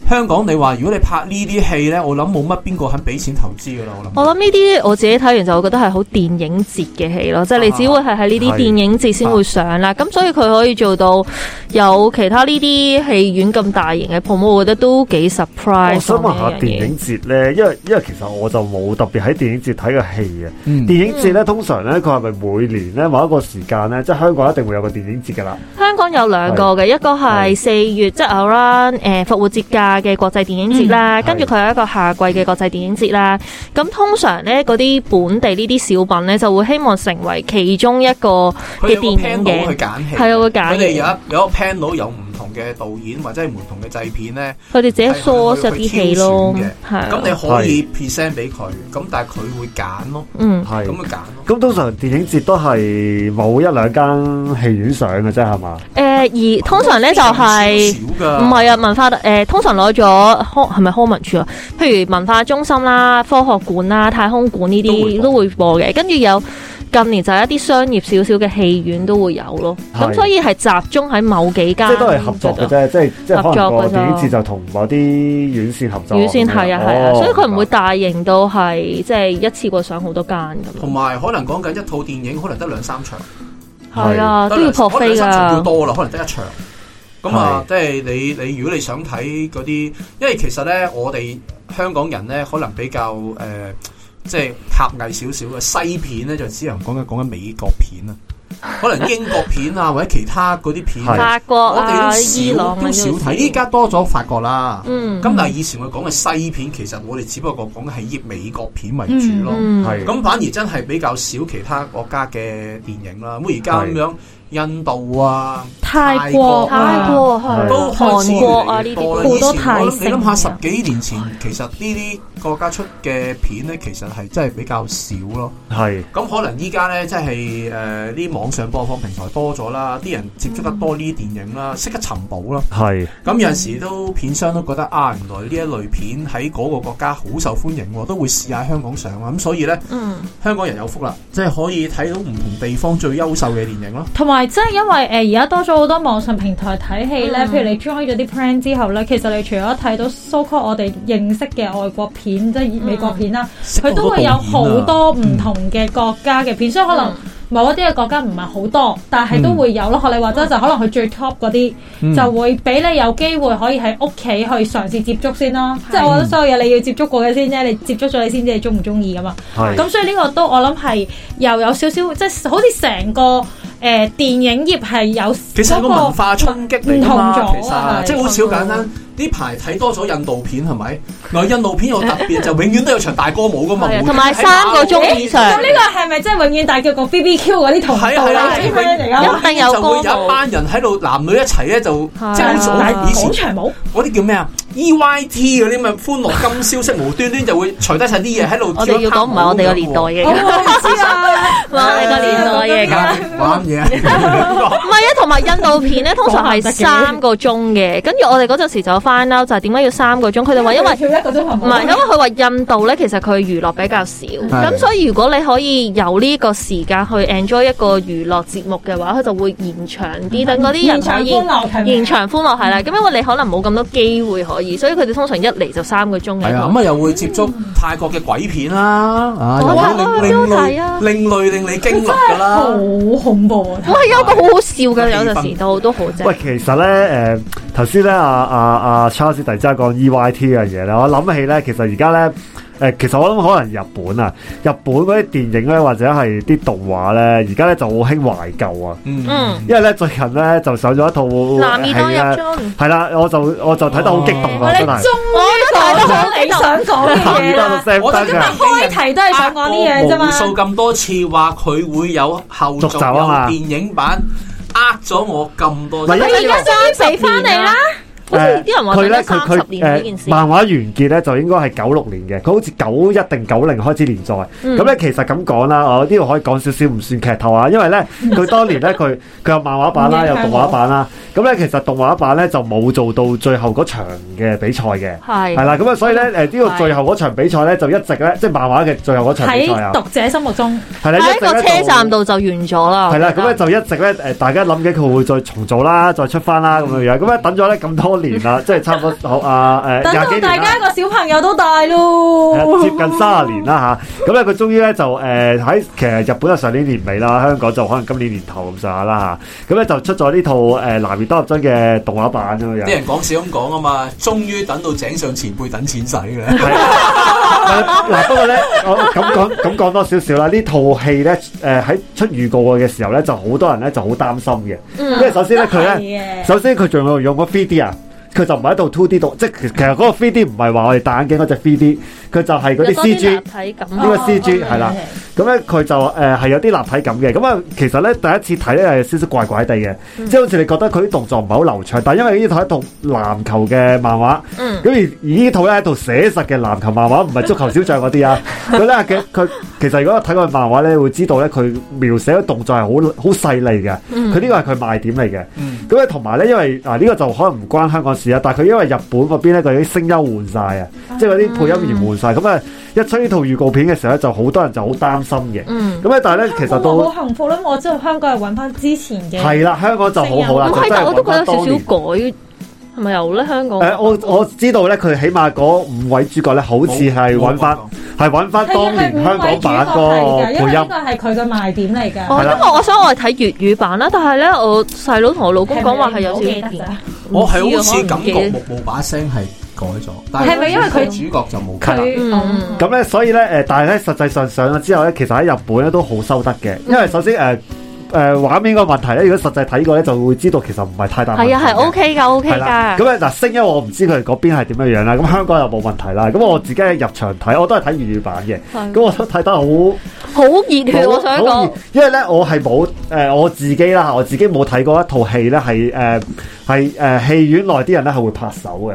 Speaker 2: 香港你話如果你拍呢啲戲咧，我諗冇乜邊個肯俾錢投資噶啦。我
Speaker 4: 我
Speaker 2: 諗
Speaker 4: 諗呢啲我自己睇完就會覺得係好電影節嘅戲咯，即係你只會係喺呢啲
Speaker 1: 係
Speaker 4: 電影節先會上啦。咁所以佢可以做到有其他呢啲戲院咁大型嘅 promo，我覺得都幾 surprise。
Speaker 1: 我想問下電影節咧，因為因為其實我就冇特別喺電影節睇嘅戲嘅。
Speaker 2: 嗯
Speaker 1: 電影節咧，通常咧佢係咪每年咧某一個時間咧，即係香港一定會有個電影節㗎啦。
Speaker 4: 香港有兩個嘅，一個係四月即係 around 誒復活節假嘅國際電影節啦，
Speaker 1: 嗯
Speaker 4: 跟住佢有一個夏季嘅國際電影節啦。咁通常呢，嗰啲本地呢啲小品呢，就會希望成為其中一個
Speaker 2: 佢
Speaker 4: 嘅
Speaker 2: 有個
Speaker 4: 電影
Speaker 2: panel
Speaker 4: 嘅
Speaker 2: 去，揀戲，
Speaker 4: 係啊會揀
Speaker 2: 佢哋有
Speaker 4: 嘅
Speaker 2: 一有一個 panel 有唔同嘅導演或者係唔同嘅製片咧。
Speaker 4: 佢哋自己 source 一啲戲咯
Speaker 2: 係去去，
Speaker 4: 係啊
Speaker 2: 咁你可以 present 俾佢，咁但係佢會揀咯，
Speaker 4: 嗯。
Speaker 1: 係
Speaker 2: 咁。啊佢揀咯。
Speaker 1: 咁通常電影節都係某一兩間戲院上嘅啫，係嘛？
Speaker 4: 誒、而通常咧就係
Speaker 2: 少噶，
Speaker 4: 唔係啊文化誒、通常攞咗康係咪康文署啊？譬如文化中心啦、科學館啦、太空館呢啲
Speaker 2: 都
Speaker 4: 都會播嘅，跟住有近年就係一啲商業少少嘅戲院都會有咯。
Speaker 1: 係
Speaker 4: 咁所以係集中喺某幾間，啊
Speaker 1: 即係都係合作嘅啫，即係即係可能個
Speaker 4: 合作㗎咋
Speaker 1: 電影節就同某啲院線合作。
Speaker 4: 院線係啊係啊，
Speaker 1: 哦
Speaker 4: 所以佢唔會大型到係即係一次過上好多間
Speaker 2: 同
Speaker 4: 咁。
Speaker 2: 埋可能講緊一套電影，可能得兩三場，
Speaker 4: 係啊，
Speaker 2: 得
Speaker 4: 都要
Speaker 2: 兩
Speaker 4: 撲
Speaker 2: 可能
Speaker 4: 飛
Speaker 2: 兩三場要
Speaker 4: 㗎。
Speaker 2: 多啦，可能得一場。咁啊，即係你你如果你想睇嗰啲，因為其實咧，我哋香港人咧可能比較誒、呃即係狹隘少少嘅西片咧，就只能講緊講緊美國片啊，可能英國片
Speaker 4: *laughs*
Speaker 2: 啊或者其他嗰啲片，
Speaker 1: 係
Speaker 4: 法國
Speaker 2: 我哋
Speaker 4: 啊、伊
Speaker 2: 都少
Speaker 4: 朗啊
Speaker 2: 都少睇，依家多咗法國啦。
Speaker 4: 嗯
Speaker 2: 咁但係以前我講嘅西片，其實我哋只不過講嘅係以美國片為主咯。
Speaker 4: 嗯
Speaker 1: 係
Speaker 2: 咁反而真係比較少其他國家嘅電影啦。咁而家咁樣，印度啊、
Speaker 3: 泰國
Speaker 4: 泰
Speaker 3: 啊，
Speaker 4: 國係
Speaker 2: 都開始
Speaker 4: 韓國啊呢
Speaker 2: 越嚟越多啦以前
Speaker 4: 啲好多
Speaker 2: 我
Speaker 4: 泰啊
Speaker 2: 諗
Speaker 4: 式
Speaker 2: 你諗下
Speaker 4: 嘅
Speaker 2: 十幾年前，其實呢啲國家出嘅片咧，其實係真係比較少咯。
Speaker 1: 係
Speaker 2: 咁可能依家咧，即係誒啲網上播放平台多咗啦，啲人接觸得多呢啲電影啦，識得尋寶啦。
Speaker 1: 係
Speaker 2: 咁有陣時都片商都覺得啊，原來呢一類片喺嗰個國家好受歡迎喎，都會試下香港上啊。咁所以呢，
Speaker 4: 嗯。
Speaker 2: 香港人有福啦，即係可以睇到唔同地方最優秀嘅電影咯。
Speaker 3: 同埋即係因為誒而家多咗好多網上平台睇戲咧，
Speaker 4: 嗯
Speaker 3: 譬如你 join 咗啲 plan 之後咧，其實你除咗睇到 so called 我哋認識嘅外國嗯啊
Speaker 2: 嗯
Speaker 3: 片，即係美國片啦，佢都會有好多唔同嘅國家嘅片，所以可能某一啲嘅國家唔係好多，但係都會有咯。學你話齋就可能佢最 top 嗰啲，
Speaker 2: 嗯
Speaker 3: 就會俾你有機會可以喺屋企去嘗試接觸先咯。即係我覺得所有嘢你要接觸過嘅先啫，你接觸咗你先知你中唔中意噶嘛。
Speaker 1: 係
Speaker 3: 咁所以呢個都我諗係又有少少即係好似成個誒、呃、電影業係有
Speaker 2: 其實係個
Speaker 3: 嗰個
Speaker 2: 文化衝擊嚟㗎
Speaker 3: 唔同
Speaker 2: 嘛，
Speaker 3: 咗啊
Speaker 2: 其實
Speaker 3: 係
Speaker 2: 即係好似好簡單。呢排睇多咗印度片係咪？嗱，印度片有特別就永遠都有場大歌舞㗎嘛
Speaker 4: 係啊，
Speaker 2: 每
Speaker 4: 同埋
Speaker 2: 喺
Speaker 4: 三個鐘以上
Speaker 3: 咁呢個係咪即係永遠大叫個 BBQ 嗰啲同道
Speaker 2: 係啊係啊
Speaker 3: 嗰啲 friend 嚟㗎？
Speaker 4: 一定有
Speaker 2: 就會有
Speaker 4: 歌舞
Speaker 2: 一班人喺度男女一齊咧，就
Speaker 4: 係啊
Speaker 2: 即係好似
Speaker 4: 但
Speaker 2: 我
Speaker 4: 係
Speaker 2: 以前
Speaker 3: 廣場舞
Speaker 2: 嗰啲叫咩啊？EYT 嗰啲咪歡樂今宵式無端端就會除低晒啲嘢喺度跳
Speaker 4: 我
Speaker 2: 一
Speaker 4: 哋要
Speaker 2: 拍
Speaker 4: 講唔係我哋個年代
Speaker 2: 舞咁喎
Speaker 4: 嘅，
Speaker 3: 我
Speaker 4: 唔
Speaker 3: 唔知啊，
Speaker 4: 哦係啊我哋個年代嘅咁。
Speaker 2: 玩
Speaker 4: *laughs*
Speaker 2: 嘢，
Speaker 4: 唔係啊，同埋印度片咧，通常係三個鐘嘅。跟住我哋嗰陣時就翻嬲，就係點解要三個鐘？佢哋話因為
Speaker 3: 跳一個鐘頭
Speaker 4: 唔係，因為佢話印度咧，其實佢娛樂比較少，咁所以如果你可以有呢個時間去 enjoy 一個娛樂節目嘅話，佢就會延長啲，等嗰啲人可以延長歡樂係啦。咁因為你可能冇咁多機會可以，所以佢哋通常一嚟就三個鐘
Speaker 2: 係啊，
Speaker 4: 嘅。
Speaker 2: 咁啊又會接觸泰國嘅鬼片啦，啊，
Speaker 4: 我
Speaker 2: 又
Speaker 4: 睇
Speaker 2: 會
Speaker 4: 我
Speaker 2: 另
Speaker 4: 都
Speaker 2: 另
Speaker 4: 睇啊
Speaker 2: 類另類令你
Speaker 3: 佢真
Speaker 2: 驚訝
Speaker 3: 係
Speaker 2: 㗎啦。
Speaker 3: 好恐怖啊！
Speaker 4: 我係有一個好好笑嘅，有陣時都都好正
Speaker 1: 喂，。其實咧，誒頭先咧，阿阿阿 Charles 突然之間講 E EYT 呢樣嘢咧，我諗起咧，其實而家咧，誒、其實我諗可能日本啊，日本嗰啲電影咧，或者係啲動畫咧，而家咧就好興懷舊啊，
Speaker 4: 嗯
Speaker 1: 因為咧最近咧就上咗一套
Speaker 4: 男兒當入
Speaker 1: 戲呢
Speaker 4: 樽，
Speaker 1: 係啦，我就我就睇得好激動
Speaker 3: 我
Speaker 1: 啊，
Speaker 3: 哋
Speaker 1: 真
Speaker 3: 終
Speaker 1: 係。
Speaker 3: 於講咗你想講嘅嘢啦。
Speaker 2: 我
Speaker 1: 得
Speaker 2: 哋
Speaker 1: 㗎
Speaker 2: 今
Speaker 3: 日開題都係想講呢樣啫嘛
Speaker 2: 無數咁多次話佢會有後
Speaker 1: 續集啊嘛
Speaker 2: 續有電影版，呃咗我咁多次。
Speaker 1: 嗱因
Speaker 4: 你而家三俾翻你啦，好似啲人話
Speaker 1: 佢咧佢
Speaker 4: 咗三
Speaker 1: 佢
Speaker 4: 十年呢件
Speaker 1: 誒
Speaker 4: 事，
Speaker 1: 漫畫完結咧就應該係九六年嘅，佢好似九一定九零開始連載。
Speaker 4: 嗯
Speaker 1: 咁咧、其實咁講啦，我呢度可以講少少唔算劇透啊，因為
Speaker 4: *laughs*
Speaker 1: 咧佢當年咧佢佢有漫畫版啦，
Speaker 3: 唔
Speaker 1: 有
Speaker 3: 影響
Speaker 1: 動畫版啦。咁咧其實動畫版咧就冇做到最後嗰場嘅比賽嘅。係
Speaker 4: 係
Speaker 1: 啦，咁啊，所以咧，誒呢個
Speaker 4: 係
Speaker 1: 最後嗰場比賽咧，就一直咧，即係漫畫嘅最後嗰場比賽啊
Speaker 3: 喺，讀者心目中，
Speaker 1: 係啦，
Speaker 4: 喺
Speaker 1: 一
Speaker 4: 一
Speaker 1: 直呢
Speaker 4: 個
Speaker 1: 就
Speaker 4: 車站度就完咗啦。
Speaker 1: 係啦，咁
Speaker 4: 我
Speaker 1: 咧
Speaker 4: 覺得
Speaker 1: 就一直咧誒，大家諗緊佢會再重做啦，再出翻啦咁樣樣，咁咧等咗咧咁多年啦，即係差唔多好啊誒
Speaker 3: 等
Speaker 1: 廿幾
Speaker 3: 到大
Speaker 1: 年
Speaker 3: 家哦
Speaker 1: 啦。
Speaker 3: 個小朋友都大
Speaker 1: 誒
Speaker 3: 咯，
Speaker 1: 接近三十年啦吓，咁咧佢終於咧就誒喺其實日本係啊上年年尾啦，香港就可能今年年頭咁上下啦吓，咁咧就出咗呢套誒《南越多入樽》嘅動畫版咁樣
Speaker 2: 啲
Speaker 1: 樣。
Speaker 2: 人講笑咁講啊嘛，終於等到井上前輩等錢使嘅。
Speaker 1: 係啊嗱，不過咧，我咁講咁講多少少啦。呢套戲咧，誒喺出預告嘅時候咧，就好多人咧就好擔心嘅，
Speaker 4: 嗯
Speaker 1: 因為首先咧佢咧。
Speaker 4: 啊
Speaker 3: 咧
Speaker 1: 首先佢仲有用嗰 3D 啊，佢就唔係喺度 two D 度，即係其其實嗰個 3D 唔係話我哋戴眼鏡嗰只 3D，佢就係嗰啲
Speaker 4: 有多
Speaker 1: CG，
Speaker 4: 立體感哦
Speaker 1: 呢個 CG 係啦。咁咧佢就呃誒係、有啲立體感嘅。咁啊，其實咧第一次睇咧係少少怪怪地嘅，
Speaker 4: 嗯
Speaker 1: 即係好似你覺得佢啲動作唔係好流暢，但係因為呢套係一套籃球嘅漫畫，
Speaker 4: 嗯
Speaker 1: 咁而而呢套咧係一套寫實嘅籃球漫畫，唔係足球小將嗰啲
Speaker 4: *laughs*
Speaker 1: 啊。佢咧佢佢其實如果睇佢漫畫咧，會知道咧佢描寫嘅動作係好好細膩嘅，
Speaker 4: 嗯
Speaker 1: 佢呢個係佢賣點嚟嘅。
Speaker 2: 嗯，
Speaker 1: 咁咧同埋咧，因為啊嗱呢個就可能唔關香港事啊，但係佢因為日本嗰邊咧，佢啲聲優換晒啊，即係嗰啲配音員換晒。咁啊一出呢套預告片嘅時候咧，就好多人就好擔心嘅。
Speaker 4: 嗯，
Speaker 1: 咁咧，啊但係咧，其實
Speaker 3: 我
Speaker 1: 到
Speaker 3: 好幸福啦！我知道香港係揾翻之前嘅，
Speaker 1: 係啦，香港就好好啦，
Speaker 4: 咁
Speaker 1: 就
Speaker 4: 係，
Speaker 1: 真
Speaker 4: 但我
Speaker 1: 係
Speaker 4: 都覺
Speaker 1: 揾
Speaker 4: 得
Speaker 1: 翻
Speaker 4: 有少
Speaker 1: 當
Speaker 4: 少
Speaker 1: 年。
Speaker 4: 改，係咪有咧？香港
Speaker 1: 誒、我我知道咧，佢起碼嗰五位主角咧，好似係揾翻，係揾翻當年香港版個
Speaker 3: 因為
Speaker 1: 配
Speaker 3: 呢
Speaker 1: 音
Speaker 3: 個。係佢嘅賣點嚟㗎。
Speaker 4: 哦，
Speaker 1: 係
Speaker 4: 因
Speaker 1: 啦
Speaker 4: 為我想我係睇粵語版啦，但係咧我細佬同我老公講話係有少
Speaker 3: 記
Speaker 4: 少
Speaker 3: 得
Speaker 4: 變，
Speaker 3: 咋？
Speaker 2: 我係好似感覺
Speaker 4: 覺
Speaker 2: 木木把聲係改咗，但
Speaker 3: 係咪因為佢
Speaker 2: 主角就冇
Speaker 1: 係啦
Speaker 2: 改？
Speaker 3: 佢
Speaker 4: 嗯
Speaker 1: 咁咧，所以咧，誒，但係咧，實際上上咗之後咧，其實喺日本咧都好收得嘅，因為首先誒誒畫面個問題咧，如果實際睇過咧，就會知道其實唔係太大問題
Speaker 4: 係
Speaker 1: 嘅。
Speaker 4: 啊，係 OK 噶，OK
Speaker 1: 係啦，
Speaker 4: 噶
Speaker 1: 咁。咧嗱，聲音我唔知佢哋嗰邊係點樣樣啦，咁香港又冇問題啦，咁我自己入場睇，我都係睇粵語版嘅，
Speaker 4: 係
Speaker 1: 咁我都睇得好。
Speaker 4: 好熱血，我想
Speaker 1: 啊好
Speaker 4: 講
Speaker 1: 熱，因為咧我係冇誒我自己啦，我自己冇睇過一套戲咧，係誒係誒戲呃院內啲人咧係會拍手嘅，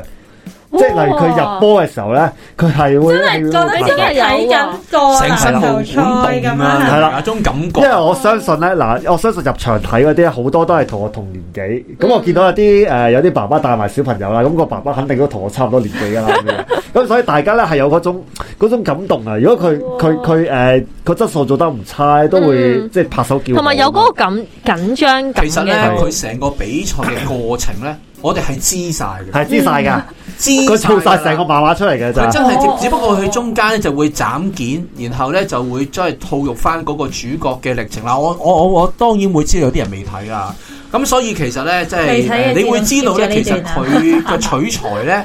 Speaker 1: 即係例如佢入波嘅時候咧，佢係會
Speaker 3: 真係覺得
Speaker 1: 係會
Speaker 3: 自己睇緊個
Speaker 2: 成身
Speaker 3: 籃
Speaker 2: 好
Speaker 3: 球賽
Speaker 2: 咁
Speaker 3: 咁
Speaker 2: 樣，
Speaker 3: 樣。
Speaker 1: 係啦
Speaker 2: 有一種感覺
Speaker 1: 因。為我相信咧，嗱，我相信入場睇嗰啲好多都係同我同年紀，咁我見到有啲誒、呃有啲爸爸帶埋小朋友啦，咁、個爸爸肯定都同我差唔多年紀㗎啦咁樣，咁所以大家咧係有嗰種嗰種感動啊！如果佢佢佢誒個質素做得唔差，都會、
Speaker 4: 嗯
Speaker 1: 即係拍手叫好，啊
Speaker 4: 同埋有嗰個緊緊張感
Speaker 2: 其實咧，
Speaker 4: 嘅
Speaker 1: 係
Speaker 2: 佢成個比賽嘅過程咧，我哋係知晒嘅，
Speaker 1: 係知晒㗎，
Speaker 2: 知
Speaker 1: 佢做晒成個
Speaker 2: 個。
Speaker 1: 漫畫出嚟嘅咋
Speaker 2: 佢。真
Speaker 3: 哦
Speaker 2: 係只，只不過佢中間咧就會斬件，然後咧就會再套用翻嗰個主角嘅歷程啦。我我我我當然會知道有啲人未睇啦，咁所以其實咧即
Speaker 3: 未睇
Speaker 2: 係
Speaker 3: 嘅
Speaker 2: 你會知道咧，
Speaker 3: 知道
Speaker 2: 其實佢嘅取材咧，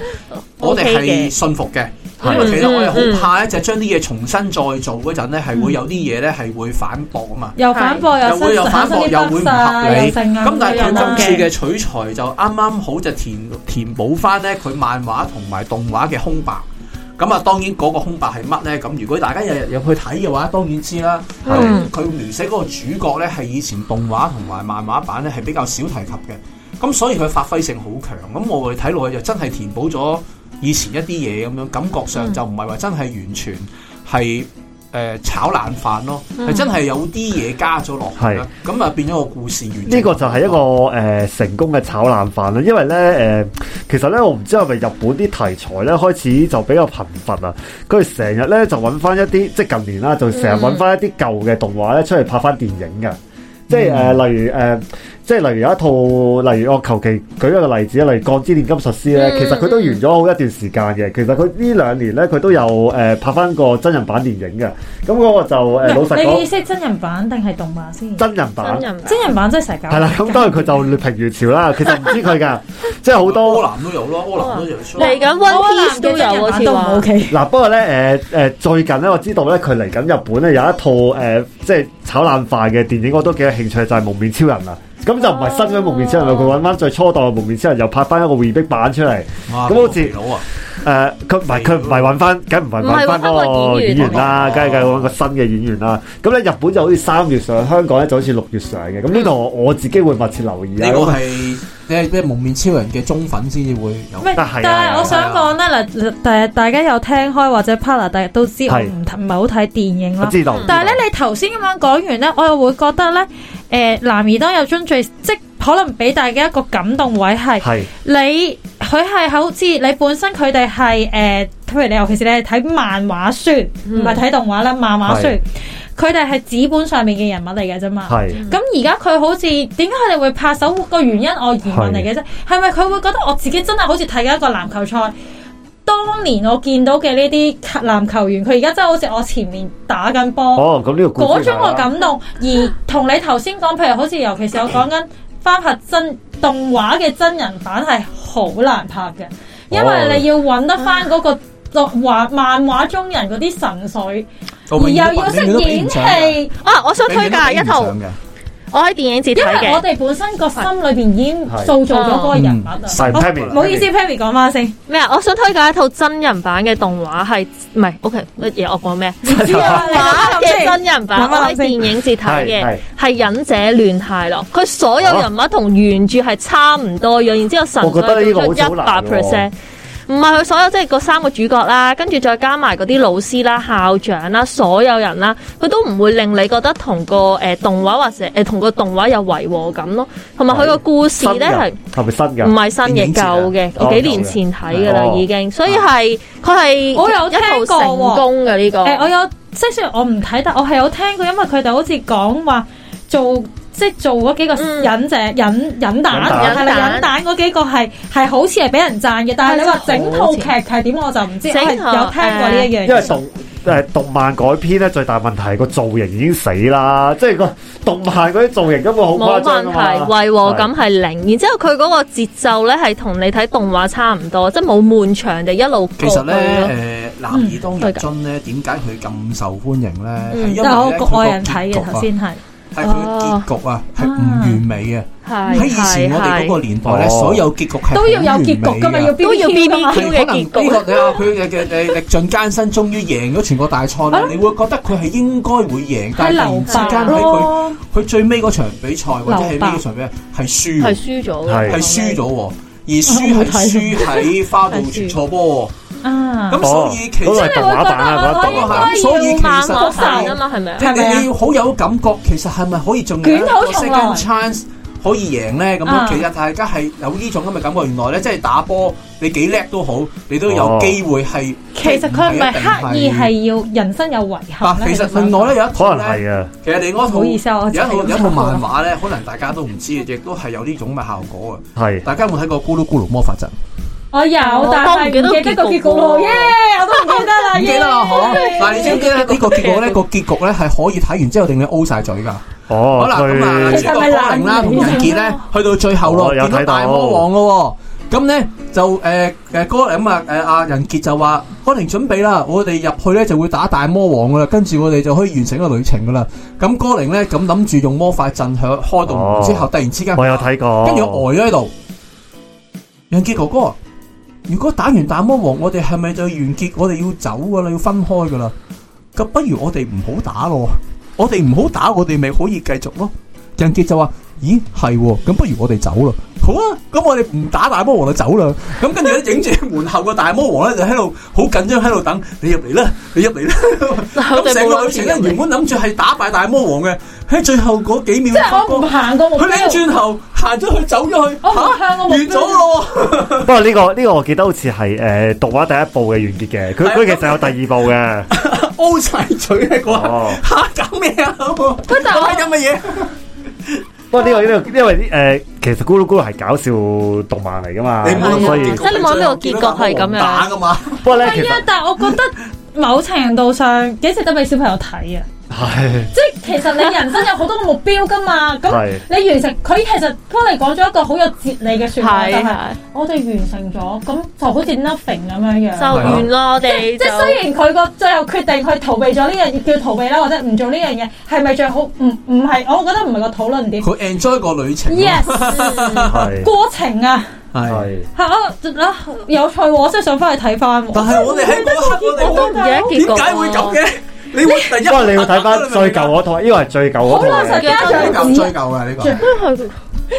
Speaker 2: 我哋
Speaker 4: OK
Speaker 2: 係
Speaker 4: 嘅
Speaker 2: 信服嘅。因
Speaker 4: 嗯
Speaker 2: 為其實我哋
Speaker 4: 嗯
Speaker 2: 好怕咧，就係將啲嘢重新再做嗰陣咧，係會有啲嘢咧係會反駁啊嘛。
Speaker 3: 又反駁
Speaker 2: 又會
Speaker 3: 新
Speaker 2: 有反駁，又會唔合理。咁但係佢今次
Speaker 4: 嘅
Speaker 2: 嘅取材就啱啱好就填填補翻咧佢漫畫同埋動畫嘅空白。咁啊，當然嗰個空白係乜咧？咁如果大家日日入去睇嘅話，當然知啦。
Speaker 1: 係
Speaker 4: 嗯
Speaker 2: 佢描寫嗰個主角咧，係以前動畫同埋漫畫版咧係比較少提及嘅。咁所以佢發揮性好強。咁我哋睇落去就真係填補咗以前一啲嘢咁樣，感覺
Speaker 3: 嗯
Speaker 2: 上就唔係話真係完全係。誒、炒冷飯咯，
Speaker 3: 嗯
Speaker 2: 係、真係有啲嘢加咗落去啦，咁啊變咗個故事完整。
Speaker 1: 呢個就係一個誒、呃成功嘅炒冷飯啦，因為咧誒、呃其實咧我唔知係咪日本啲題材咧開始就比較貧乏啊，佢哋成日咧就揾翻一啲即係近年啦，就成日揾翻一啲舊嘅動畫咧出嚟拍翻電影㗎。即係誒、呃例如誒、呃即係例如有一套，例如我求其舉一個例子，啊例如《鋼之煉金術師》咧，
Speaker 4: 嗯
Speaker 1: 其實佢都完咗好一段時間嘅。其實佢呢兩年咧，佢都有誒、呃拍翻個真人版電影嘅。咁嗰個就誒、呃老實
Speaker 3: 你嘅意
Speaker 1: 講，
Speaker 3: 思係真人版定係動漫先？
Speaker 1: 真人版
Speaker 4: 真。人版
Speaker 3: 真人版真係成日搞。
Speaker 1: 系啦，咁當然佢就劣評如潮 *laughs* 啦。其實唔知佢噶，即係好
Speaker 2: 柯
Speaker 1: 多
Speaker 2: 南都有咯，柯南都有出。
Speaker 4: 嚟緊 One Piece 都有好似話
Speaker 3: O，K。
Speaker 1: 嗱。不過咧，诶、呃、最近咧我知道咧佢嚟緊日本咧有一套诶、呃即係炒冷飯嘅電影，我都幾有興趣，就係蒙面超人》啦。咁就唔係新嘅蒙面超人》啦，佢揾翻最初代嘅蒙面超人》，又拍翻一個 remake 版出嚟。诶、
Speaker 2: 哇
Speaker 1: 咁好似
Speaker 2: 肥佬啊，
Speaker 1: 佢唔係佢唔係揾翻，梗唔係揾翻嗰個演員啊哦啦，
Speaker 2: 唔係
Speaker 1: 梗係梗
Speaker 2: 揾返個演員
Speaker 1: 係揾個新嘅演員啦。咁咧日本就好似三月上，香港咧就好似六月上嘅。咁呢度我我自己會密切留意
Speaker 2: 呢
Speaker 1: 啊。
Speaker 2: 個
Speaker 1: 咁啊
Speaker 2: 係你係咩蒙面超人嘅忠粉先至會有
Speaker 3: 唔。係，但係我想講咧，嗱，誒大家有聽開或者 partner，大家都知我唔睇唔係好睇電影
Speaker 1: 我
Speaker 3: 啦。
Speaker 1: 知道。
Speaker 3: 但係咧，你頭先咁樣講完咧，我又會覺得咧，誒、男兒當有樽最，即可能俾大家一個感動位係。
Speaker 1: 係
Speaker 3: 你佢係好似你本身佢哋係誒，呃譬如你尤其是你係睇漫畫書，唔係睇動畫啦，漫畫書
Speaker 1: 係，
Speaker 3: 佢哋係紙本上面嘅人物嚟嘅啫嘛。
Speaker 1: 係。
Speaker 3: 咁而家佢好似點解佢哋會拍手個原因，我疑問嚟嘅啫，係咪佢會覺得我自己真係好似睇緊一個籃球賽？當年我見到嘅呢啲籃球員，佢而家真係好似我前面打緊波。
Speaker 1: 哦，咁呢個故
Speaker 3: 嗰
Speaker 1: 事
Speaker 3: 種
Speaker 1: 係
Speaker 3: 嘅
Speaker 1: 啦
Speaker 3: 感動，而同你頭先講，譬如好似尤其是我講緊翻拍真動畫嘅真人版係好難拍嘅，因
Speaker 1: 哦
Speaker 3: 為你要揾得翻嗰
Speaker 1: 啊
Speaker 3: 個作畫漫畫中人嗰啲神髓，
Speaker 2: 我
Speaker 3: 而
Speaker 2: 永遠
Speaker 3: 又
Speaker 2: 都
Speaker 3: 要
Speaker 2: 永
Speaker 3: 識
Speaker 2: 遠都比
Speaker 3: 演
Speaker 2: 唔上嘅
Speaker 3: 戲，
Speaker 4: 啊！我想
Speaker 2: 永
Speaker 4: 推
Speaker 2: 遠都比
Speaker 4: 介
Speaker 2: 唔
Speaker 4: 一套，
Speaker 2: 上
Speaker 1: 嗯
Speaker 2: 嘅
Speaker 4: 我喺電影節
Speaker 3: 因
Speaker 4: 睇
Speaker 3: 為我
Speaker 4: 嘅，
Speaker 3: 哋本身個心裏邊已經
Speaker 1: 係
Speaker 3: 塑造咗嗰個人物
Speaker 2: 嗯
Speaker 1: 係
Speaker 3: 啊。好
Speaker 1: Pammy，
Speaker 3: 唔好意思，Pammy 講翻先，
Speaker 4: 咩啊？我想推介一套真人版嘅動畫，係唔係？OK，乜嘢？我講
Speaker 1: *laughs*
Speaker 4: 咩？
Speaker 3: 知啊，你
Speaker 4: 畫
Speaker 3: 諗
Speaker 4: 嘅
Speaker 3: 先
Speaker 4: 真人版，
Speaker 3: 諗
Speaker 4: 我
Speaker 3: 一諗
Speaker 4: 喺電
Speaker 3: 先。
Speaker 4: 影節睇
Speaker 1: 係
Speaker 4: 嘅，係忍者亂太郎，佢所有人物同原著係差唔多樣，然之後神
Speaker 1: 我覺得呢
Speaker 4: 髓
Speaker 1: 個
Speaker 4: 做
Speaker 1: 好
Speaker 4: 出
Speaker 1: 似好
Speaker 4: 一百
Speaker 1: 難喎
Speaker 4: percent。唔係佢所有即係嗰三個主角啦，跟住再加埋嗰啲老師啦、校長啦、所有人啦，佢都唔會令你覺得同個誒、呃、動畫或者誒同個動畫有違和感咯。同埋佢個故事咧係。
Speaker 1: 系咪新
Speaker 4: 唔
Speaker 1: 噶？
Speaker 4: 係新嘅，舊嘅，
Speaker 1: 哦
Speaker 4: 我幾年前睇㗎啦
Speaker 1: 舊嘅
Speaker 4: 已經，所以係佢係
Speaker 3: 我有
Speaker 4: 一套
Speaker 3: 聽過
Speaker 4: 成
Speaker 3: 喎
Speaker 4: 功嘅呢個
Speaker 3: 誒、。我有即係雖然我唔睇，但我係有聽過，因為佢哋好似講話做即係做嗰幾個
Speaker 4: 嗯
Speaker 3: 忍者、忍忍蛋
Speaker 1: 忍蛋
Speaker 3: 係啦，忍蛋嗰幾個係係好似係俾人讚嘅，但係你話整套劇係點我就唔知，我
Speaker 4: 整
Speaker 3: 係
Speaker 4: 套
Speaker 3: 有聽過呢一樣
Speaker 1: 因為
Speaker 3: 嘢。
Speaker 1: 動诶动漫改編咧，最大問題個造型已經死啦，即係個動漫嗰啲造型根本好
Speaker 4: 冇
Speaker 1: 誇
Speaker 4: 問
Speaker 1: 張啊
Speaker 4: 題，
Speaker 1: 嘛。
Speaker 4: 違和感係零，然之後佢嗰個節奏咧係同你睇動畫差唔多，即係冇悶場地一路
Speaker 2: 其實
Speaker 4: 過去咯
Speaker 2: 咧，誒《男兒當入樽》咧，點解佢咁受歡迎咧？係因為
Speaker 3: 嗯但係我
Speaker 2: 咧佢
Speaker 3: 局
Speaker 2: 個
Speaker 3: 外人睇
Speaker 2: 結
Speaker 3: 嘅
Speaker 2: 局
Speaker 3: 頭
Speaker 2: 啊，
Speaker 3: 先係，哦
Speaker 2: 係佢結局啊，係唔完美啊嘅。
Speaker 4: 係
Speaker 2: 喺以前我哋嗰個年代咧，
Speaker 1: 係
Speaker 2: 所有結局係
Speaker 3: 都要有
Speaker 2: 好完
Speaker 3: 結局㗎嘛，
Speaker 2: 美啊
Speaker 3: 要
Speaker 2: 嘅
Speaker 3: BBQ
Speaker 4: 都要
Speaker 2: 係可能
Speaker 3: 㗎嘛
Speaker 4: BBQ
Speaker 2: 呢個你話佢嘅嘅誒歷盡艱辛，終於贏咗全國大賽
Speaker 3: 係
Speaker 2: 啦
Speaker 3: 咯！
Speaker 2: 你會覺得佢係應該會贏，
Speaker 3: 係
Speaker 2: 但係突
Speaker 3: 留
Speaker 2: 然之間
Speaker 3: 白
Speaker 2: 喺佢
Speaker 3: 咯，
Speaker 2: 佢最尾嗰場比賽或者係
Speaker 3: 留
Speaker 2: 呢
Speaker 3: 白
Speaker 2: 嗰場比賽係輸喎，
Speaker 4: 係輸咗，
Speaker 1: 係
Speaker 2: 係輸咗喎，而輸係輸喺花道傳錯波喎，
Speaker 3: 啊，
Speaker 2: 咁所以其
Speaker 1: 哦嗰個
Speaker 2: 實
Speaker 1: 係動畫版啊，嗰
Speaker 3: 所
Speaker 1: 個動畫版
Speaker 2: 所以
Speaker 3: 以我覺得
Speaker 2: 其
Speaker 4: 漫
Speaker 2: 實
Speaker 4: 畫版啊
Speaker 2: 係
Speaker 4: 嘛，係咪啊？
Speaker 2: 即
Speaker 3: 係咪啊
Speaker 2: 係你要好有感覺，其實係咪可以仲有一個
Speaker 3: 捲土重來
Speaker 2: second chance？可以贏咧？咁
Speaker 3: 啊
Speaker 2: 樣其實大家係有呢種咁嘅感覺。原來咧，即係打波，你幾叻都好，你都有
Speaker 1: 哦
Speaker 2: 機會係。
Speaker 3: 其實佢唔係刻意
Speaker 2: 係。
Speaker 3: 係要人生有遺憾
Speaker 2: 嗱，
Speaker 3: 咧。
Speaker 2: 其實
Speaker 3: 實
Speaker 2: 另外咧有一套
Speaker 1: 可能
Speaker 2: 咧。
Speaker 1: 係啊，
Speaker 2: 其實你嗰
Speaker 3: 唔
Speaker 2: 套
Speaker 3: 好意思啊我
Speaker 2: 有一
Speaker 3: 真係
Speaker 2: 套有一
Speaker 3: 飲
Speaker 2: 套
Speaker 3: 咗
Speaker 2: 漫畫咧，可能大家都唔知，亦都係有呢種嘅效果
Speaker 1: 係
Speaker 2: 嘅。大家有冇睇過《咕嚕咕嚕魔法陣》？
Speaker 3: 哎我有，但
Speaker 4: 哦我唔記
Speaker 3: 係
Speaker 4: 得
Speaker 3: 唔記得個
Speaker 4: 結局
Speaker 3: 結果咯，
Speaker 4: 喎
Speaker 3: 耶！我都唔記得啦，
Speaker 4: *laughs*
Speaker 2: 唔記得啦，
Speaker 3: 耶
Speaker 2: 嗬。但係你知唔知咧？呢個結果咧，
Speaker 4: Okay
Speaker 2: 個結局咧係可以睇完之後令你 O 晒嘴㗎。
Speaker 1: 哦
Speaker 2: 好，啦，咁啊，
Speaker 1: 佢
Speaker 2: 主角柯玲啦，同楊傑咧，去到最後咯，
Speaker 1: 哦有
Speaker 2: 見到
Speaker 1: 睇到
Speaker 2: 大魔王咯喎。咁咧就誒誒柯咁啊誒阿仁傑就話柯玲準備啦，我哋入去咧就會打大魔王噶啦，跟住我哋就可以完成一個旅程噶啦。咁柯玲咧咁諗住用魔法陣響開動門之後，
Speaker 1: 哦
Speaker 2: 突然之間
Speaker 1: 我有睇過，
Speaker 2: 啊跟住我呆咗喺度。楊傑哥哥，如果打完大魔王，我哋係咪就完結？我哋要走噶啦，要分開噶啦。咁不如我哋唔好打咯，我哋唔好打，我哋咪可以繼續咯。楊傑就話：咦，係喎，咁不如我哋走啦。好啊，咁我哋唔打大魔王就走啦。咁跟住咧，影住門口個大魔王咧，就喺度好緊張喺度等你入嚟啦，你入嚟啦。咁成個旅程咧，原本諗住係打敗大魔王嘅，喺最後嗰幾秒
Speaker 3: 即係
Speaker 2: 發
Speaker 3: 我唔
Speaker 2: 覺
Speaker 3: 行個目
Speaker 2: 佢
Speaker 3: 標，
Speaker 2: 擰轉頭行咗去走咗去，
Speaker 3: 我唔
Speaker 2: 嚇
Speaker 3: 向個目
Speaker 2: 完
Speaker 3: 標
Speaker 2: 咗咯。 *laughs*
Speaker 1: 不過呢個呢個我記得好似係誒動畫第一部嘅完結嘅，佢佢其實有第二部嘅，
Speaker 2: ，O 晒嘴咧嗰
Speaker 1: 哦
Speaker 2: 下，吓搞咩啊？佢
Speaker 4: 但我
Speaker 2: 係咁嘅嘢，
Speaker 1: 不過呢個呢個因為誒其實咕嚕咕嚕係搞笑動漫嚟噶嘛，
Speaker 2: 你冇
Speaker 1: 咁所以
Speaker 3: 啊
Speaker 4: 即係你望呢個結局係咁樣
Speaker 2: 打噶嘛？
Speaker 1: 不過咧其
Speaker 3: 係啊
Speaker 1: 實，
Speaker 3: 但係我覺
Speaker 4: *laughs*
Speaker 3: 得某程度上幾值得俾小朋友睇啊！
Speaker 1: 係
Speaker 3: 即係其實你人生有好多個目標噶嘛，咁
Speaker 1: 係
Speaker 3: 你完成佢其實幫你講咗一個好有哲理嘅説話，就
Speaker 4: 係
Speaker 3: 係
Speaker 4: 係
Speaker 3: 我哋完成咗，咁就好似 nothing 咁樣
Speaker 4: 就
Speaker 3: 樣。
Speaker 4: 完啦，我哋
Speaker 3: 即係雖然佢個最後決定去逃避咗呢樣叫逃避啦，或者唔做呢樣嘢，係咪最好？唔唔係，我覺得唔係個討
Speaker 4: *laughs*
Speaker 3: 論點。
Speaker 2: 佢 enjoy 個旅程
Speaker 3: Dạ.
Speaker 2: 咯，
Speaker 3: Yes，
Speaker 1: 係
Speaker 3: 過程啊，
Speaker 2: 係。
Speaker 1: 係
Speaker 3: 嚇啊有趣喎！我真係想翻去睇翻。
Speaker 2: 但係我哋喺嗰刻，
Speaker 4: 我都
Speaker 2: 我
Speaker 4: 唔記得
Speaker 2: 哋
Speaker 4: 結局
Speaker 2: 點解會咁嘅？你會第一，
Speaker 1: 不過你要睇翻最舊嗰套，呢個係最舊嗰
Speaker 3: 好
Speaker 1: 套
Speaker 3: 老實
Speaker 1: 嚟嘅。
Speaker 3: 家
Speaker 2: 追
Speaker 3: 長
Speaker 2: 究
Speaker 3: 子
Speaker 2: 追究嘅呢個。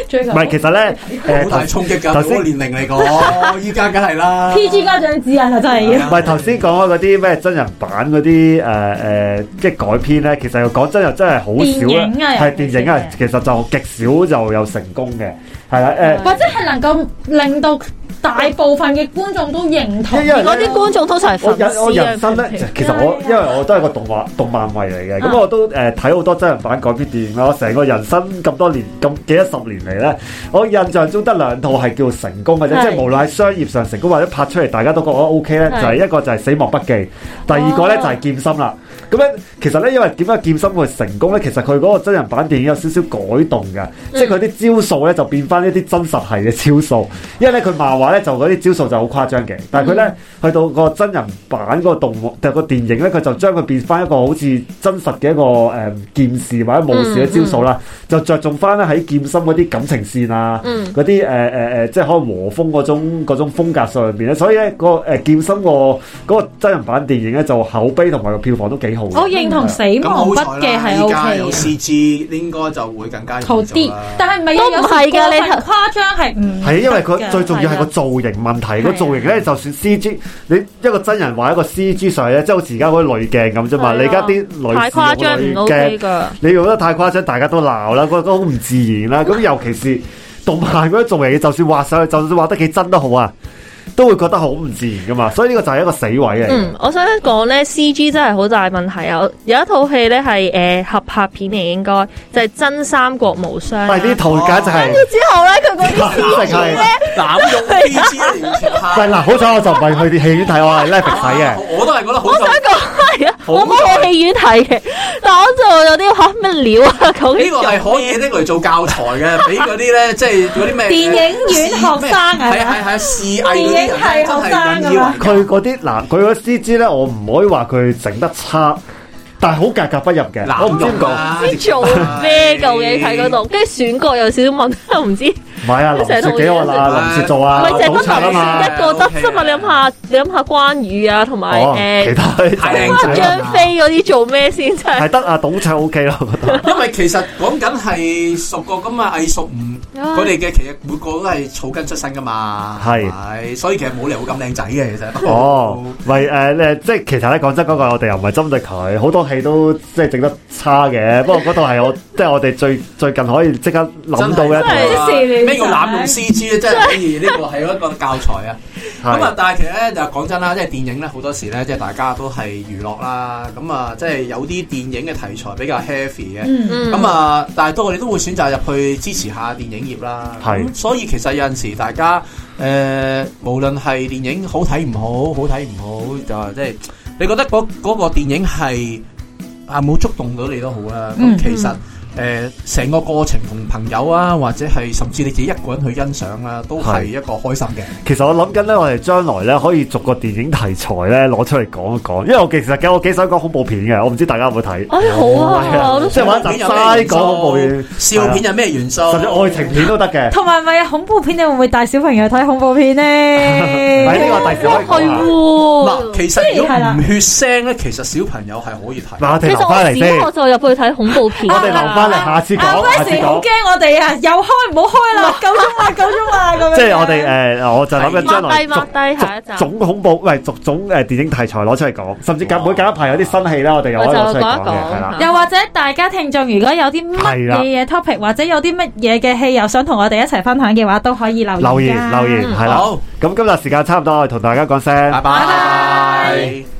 Speaker 3: 追
Speaker 1: 唔係，其實咧，
Speaker 2: 好
Speaker 1: 誒
Speaker 2: 大
Speaker 1: 頭
Speaker 2: 衝擊㗎，
Speaker 1: 頭
Speaker 2: 嗰
Speaker 1: 先
Speaker 2: 個年齡嚟講，依家梗係啦。
Speaker 3: PG 家長指引啊，真係要。
Speaker 1: 唔係頭先講開嗰啲咩真人版嗰啲誒誒，即係改編咧，其實又講真又真係好
Speaker 3: 電
Speaker 1: 少
Speaker 3: 影啊
Speaker 1: 係電影啊，
Speaker 3: 尤
Speaker 1: 其實就極少就有成功嘅，係啦呃誒。
Speaker 3: 或者係能夠令到大部分嘅觀眾都認同。
Speaker 1: 因因為
Speaker 4: 嗰啲觀眾通常係
Speaker 1: 我
Speaker 4: 粉啊
Speaker 1: 人我人生咧，
Speaker 4: 絲啊
Speaker 1: 其實我因為我都係個動畫啊動漫迷嚟嘅，咁我都誒睇好多真人版改編電影啦。我成個人生咁多年咁幾多十年嚟咧，我印象中得兩套係叫成功嘅啫，
Speaker 3: 係
Speaker 1: 即係無論喺商業上成功或者拍出嚟大家都覺得 O K 咧，就
Speaker 4: 係
Speaker 1: 係一個就係《死亡筆記》，第二個咧就係《劍心》啦。咁咧其實咧，因為點解劍心會成功咧？其實佢嗰個真人版電影有少少改動嘅，即係佢啲招數咧就變翻一啲真實係嘅招數。因為咧佢漫畫咧就嗰啲招數就好誇張嘅，但係佢咧去到個真人版個動畫就個電影咧，佢就將佢變翻一個好似真實嘅一個誒、劍士或者武士嘅招數啦，就着重翻咧喺劍心嗰啲感情線啊，
Speaker 4: 嗯
Speaker 1: 嗰啲誒誒誒，即係可能和風嗰種嗰種風格上邊咧，所以咧、個誒、劍心個嗰、個真人版電影咧就口碑同埋個票房都幾好嘅。
Speaker 3: 我
Speaker 4: 哦
Speaker 3: 認同死
Speaker 2: 咁
Speaker 3: 亡
Speaker 2: 好
Speaker 3: 筆記
Speaker 1: 啊
Speaker 2: 彩
Speaker 3: 係
Speaker 2: 啦，依
Speaker 3: O
Speaker 2: 家有
Speaker 3: K 嘅，
Speaker 2: CG，應該就會更加
Speaker 3: 好
Speaker 2: 嚴重
Speaker 3: 啲
Speaker 2: 啦。。
Speaker 3: 但係唔係
Speaker 4: 都唔係㗎
Speaker 3: 嘅，
Speaker 4: 你睇
Speaker 3: 誇張係唔
Speaker 1: 係，因為
Speaker 3: 得
Speaker 1: 佢
Speaker 3: 㗎
Speaker 1: 最重要係個
Speaker 4: 啊
Speaker 1: 造型問題。個造型咧，就算 C G，你一個真人畫一個 C G 上去咧，即係好似而家嗰啲濾鏡咁啫嘛。
Speaker 4: 係啊
Speaker 1: 你而家啲女
Speaker 4: 太誇張唔
Speaker 1: 士用
Speaker 4: OK
Speaker 1: 嘅濾鏡，
Speaker 4: 噶，
Speaker 1: 你用得太誇張，大家都鬧啦，覺得好唔自然啦。咁尤其是動漫嗰啲造型，就算畫上去，就算畫得幾真都好啊，都會覺得好唔自然噶嘛。所以呢個就係一個死位嚟。
Speaker 4: 嗯，我想講咧，C G 真係好大問題啊！有一套戲咧係誒合拍片嚟，應該就係《真三國無雙》啦。
Speaker 1: 但係啲圖簡直係，
Speaker 4: 之後咧，佢嗰
Speaker 1: *laughs*
Speaker 4: 啲
Speaker 1: 簡直係。
Speaker 2: 濫用 PG 完全
Speaker 1: 但係嗱，好彩我就唔係去啲戲院睇，我係 Netflix 睇嘅。
Speaker 2: 我都係覺得好
Speaker 4: 我
Speaker 2: 受
Speaker 4: 想講係啊，
Speaker 2: 好
Speaker 4: 我冇去戲院睇嘅，但我就有啲嚇咩料啊！究竟
Speaker 2: 呢個係可以拎嚟做教材
Speaker 3: *laughs*
Speaker 2: 嘅，俾嗰啲咧，即係嗰啲咩
Speaker 3: 電影院學生啊
Speaker 2: 係啊係啊，視藝嗰啲人呢真係引以為
Speaker 3: 電影系學生咁樣
Speaker 1: 佢嗰啲嗱，佢嗰啲 C G 咧，我唔可以話佢整得差，但係好格格不入嘅。我唔知點講，
Speaker 4: 唔知做咩？究竟睇嗰度，跟住選角有少少問題，我唔知 *laughs*
Speaker 1: 唔係啊，林雪幾好啊，林雪做啊，
Speaker 4: 咪就係
Speaker 1: 倒插啊
Speaker 4: 得林
Speaker 1: 嘛，
Speaker 4: 雪一個得啫嘛！你諗下，你諗下關羽啊，同埋
Speaker 1: 哦，其
Speaker 4: 誒
Speaker 1: 他
Speaker 2: 太靚
Speaker 4: 關
Speaker 2: 仔啦
Speaker 4: 張飛嗰啲做咩先真係
Speaker 1: 係得啊，董卓 O K 啦，我覺得。
Speaker 2: 因為其實講緊係熟個咁啊，藝術唔
Speaker 4: 啊
Speaker 2: 佢哋嘅其實每個都係草根出身噶嘛，
Speaker 1: 係
Speaker 2: 係，所以其實冇理由咁靚仔嘅其實。
Speaker 4: *coughs*
Speaker 1: 哦，喂，誒誒，即係其實咧，講真嗰句，我哋又唔係針對佢，好多戲都即係整得差
Speaker 4: *laughs*
Speaker 1: 嘅。不過嗰度係我即係我哋最最近可以即刻諗到嘅一啊
Speaker 3: 真係
Speaker 1: 套
Speaker 3: 真係
Speaker 2: 咩叫濫用 C G 咧？真係可哎以呢個係一個教材啊！咁
Speaker 1: *laughs*
Speaker 2: 啊
Speaker 1: 係，
Speaker 2: 但係其實咧就講真啦，即係電影咧好多時咧，即係大家都係娛樂啦，咁啊即係有啲電影嘅題材比較 heavy 嘅。
Speaker 3: 嗯，
Speaker 4: 嗯
Speaker 2: 咁啊，但係都我哋都會選擇入去支持下電影業啦。
Speaker 1: 係
Speaker 2: 咁所以其實有陣時大家誒、呃，無論係電影好睇唔好，好睇唔好，就即係你覺得嗰嗰、個電影係啊冇觸動到你都好啦。咁、
Speaker 3: 嗯
Speaker 2: 其實誒，成、個過程同朋友啊，或者係甚至你自己一個人去欣賞啦、都係
Speaker 1: 係
Speaker 2: 一個開心嘅。
Speaker 1: 其實我諗緊咧，我哋將來咧可以逐個電影題材咧攞出嚟講一講，因為我其實嘅我幾想講恐怖片嘅，我唔知大家有冇睇。
Speaker 4: 哎好
Speaker 1: 係
Speaker 4: 啊，我都
Speaker 1: 即係玩集齋講恐怖片，
Speaker 2: 笑片有咩元素？
Speaker 1: 甚至愛情片都得嘅。
Speaker 4: 哦
Speaker 3: 同埋咪恐怖片，你會唔會帶小朋友睇恐怖片
Speaker 1: 唔係呢
Speaker 3: 咧？
Speaker 1: 個第時
Speaker 4: 哇
Speaker 1: 可以
Speaker 4: 係
Speaker 1: 講啊。
Speaker 2: 嗱，
Speaker 4: 喎。
Speaker 2: 其實如果
Speaker 3: 係啦
Speaker 2: 唔血腥咧，其實小朋友係可以睇。
Speaker 1: 嗱，我哋
Speaker 4: 其
Speaker 1: 留
Speaker 4: 實
Speaker 1: 翻
Speaker 4: 我
Speaker 1: 嚟
Speaker 4: 小
Speaker 1: 先
Speaker 4: 學。就入去睇恐怖片，
Speaker 1: 我哋留翻嚟下次
Speaker 3: 啊
Speaker 1: 講，下次
Speaker 3: ，Wesley 好
Speaker 1: 講。
Speaker 3: 驚我哋啊！又開唔好開啦，夠鐘啦，夠鐘啦咁樣。
Speaker 1: 即係我哋誒，我就諗緊將
Speaker 4: 抹
Speaker 1: 來
Speaker 4: 低抹低下一集
Speaker 1: 逐種恐怖，喂，逐種誒電影題材攞出嚟講，甚至隔每隔一排有啲新戲啦，我哋又可以攞出嚟講
Speaker 4: 哦我就講一
Speaker 1: 嘅，
Speaker 4: 講
Speaker 1: 係啦。
Speaker 3: 又或者大家聽眾如果有啲乜
Speaker 1: 啊係啦
Speaker 3: 嘢嘢 topic，或者有啲乜嘢嘅戲又想同我哋一齊分享嘅話，都可以留言㗎
Speaker 1: 留言留言係啦
Speaker 2: 好，
Speaker 1: 咁今日時間差唔多，我哋同大家講聲，
Speaker 2: 拜拜。